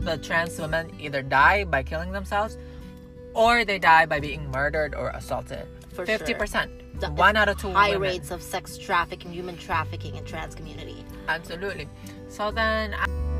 the trans women either die by killing themselves or they die by being murdered or assaulted. For sure. 50%. The- One out of two High women. rates of sex trafficking, human trafficking, and trans community. Absolutely. So then, I-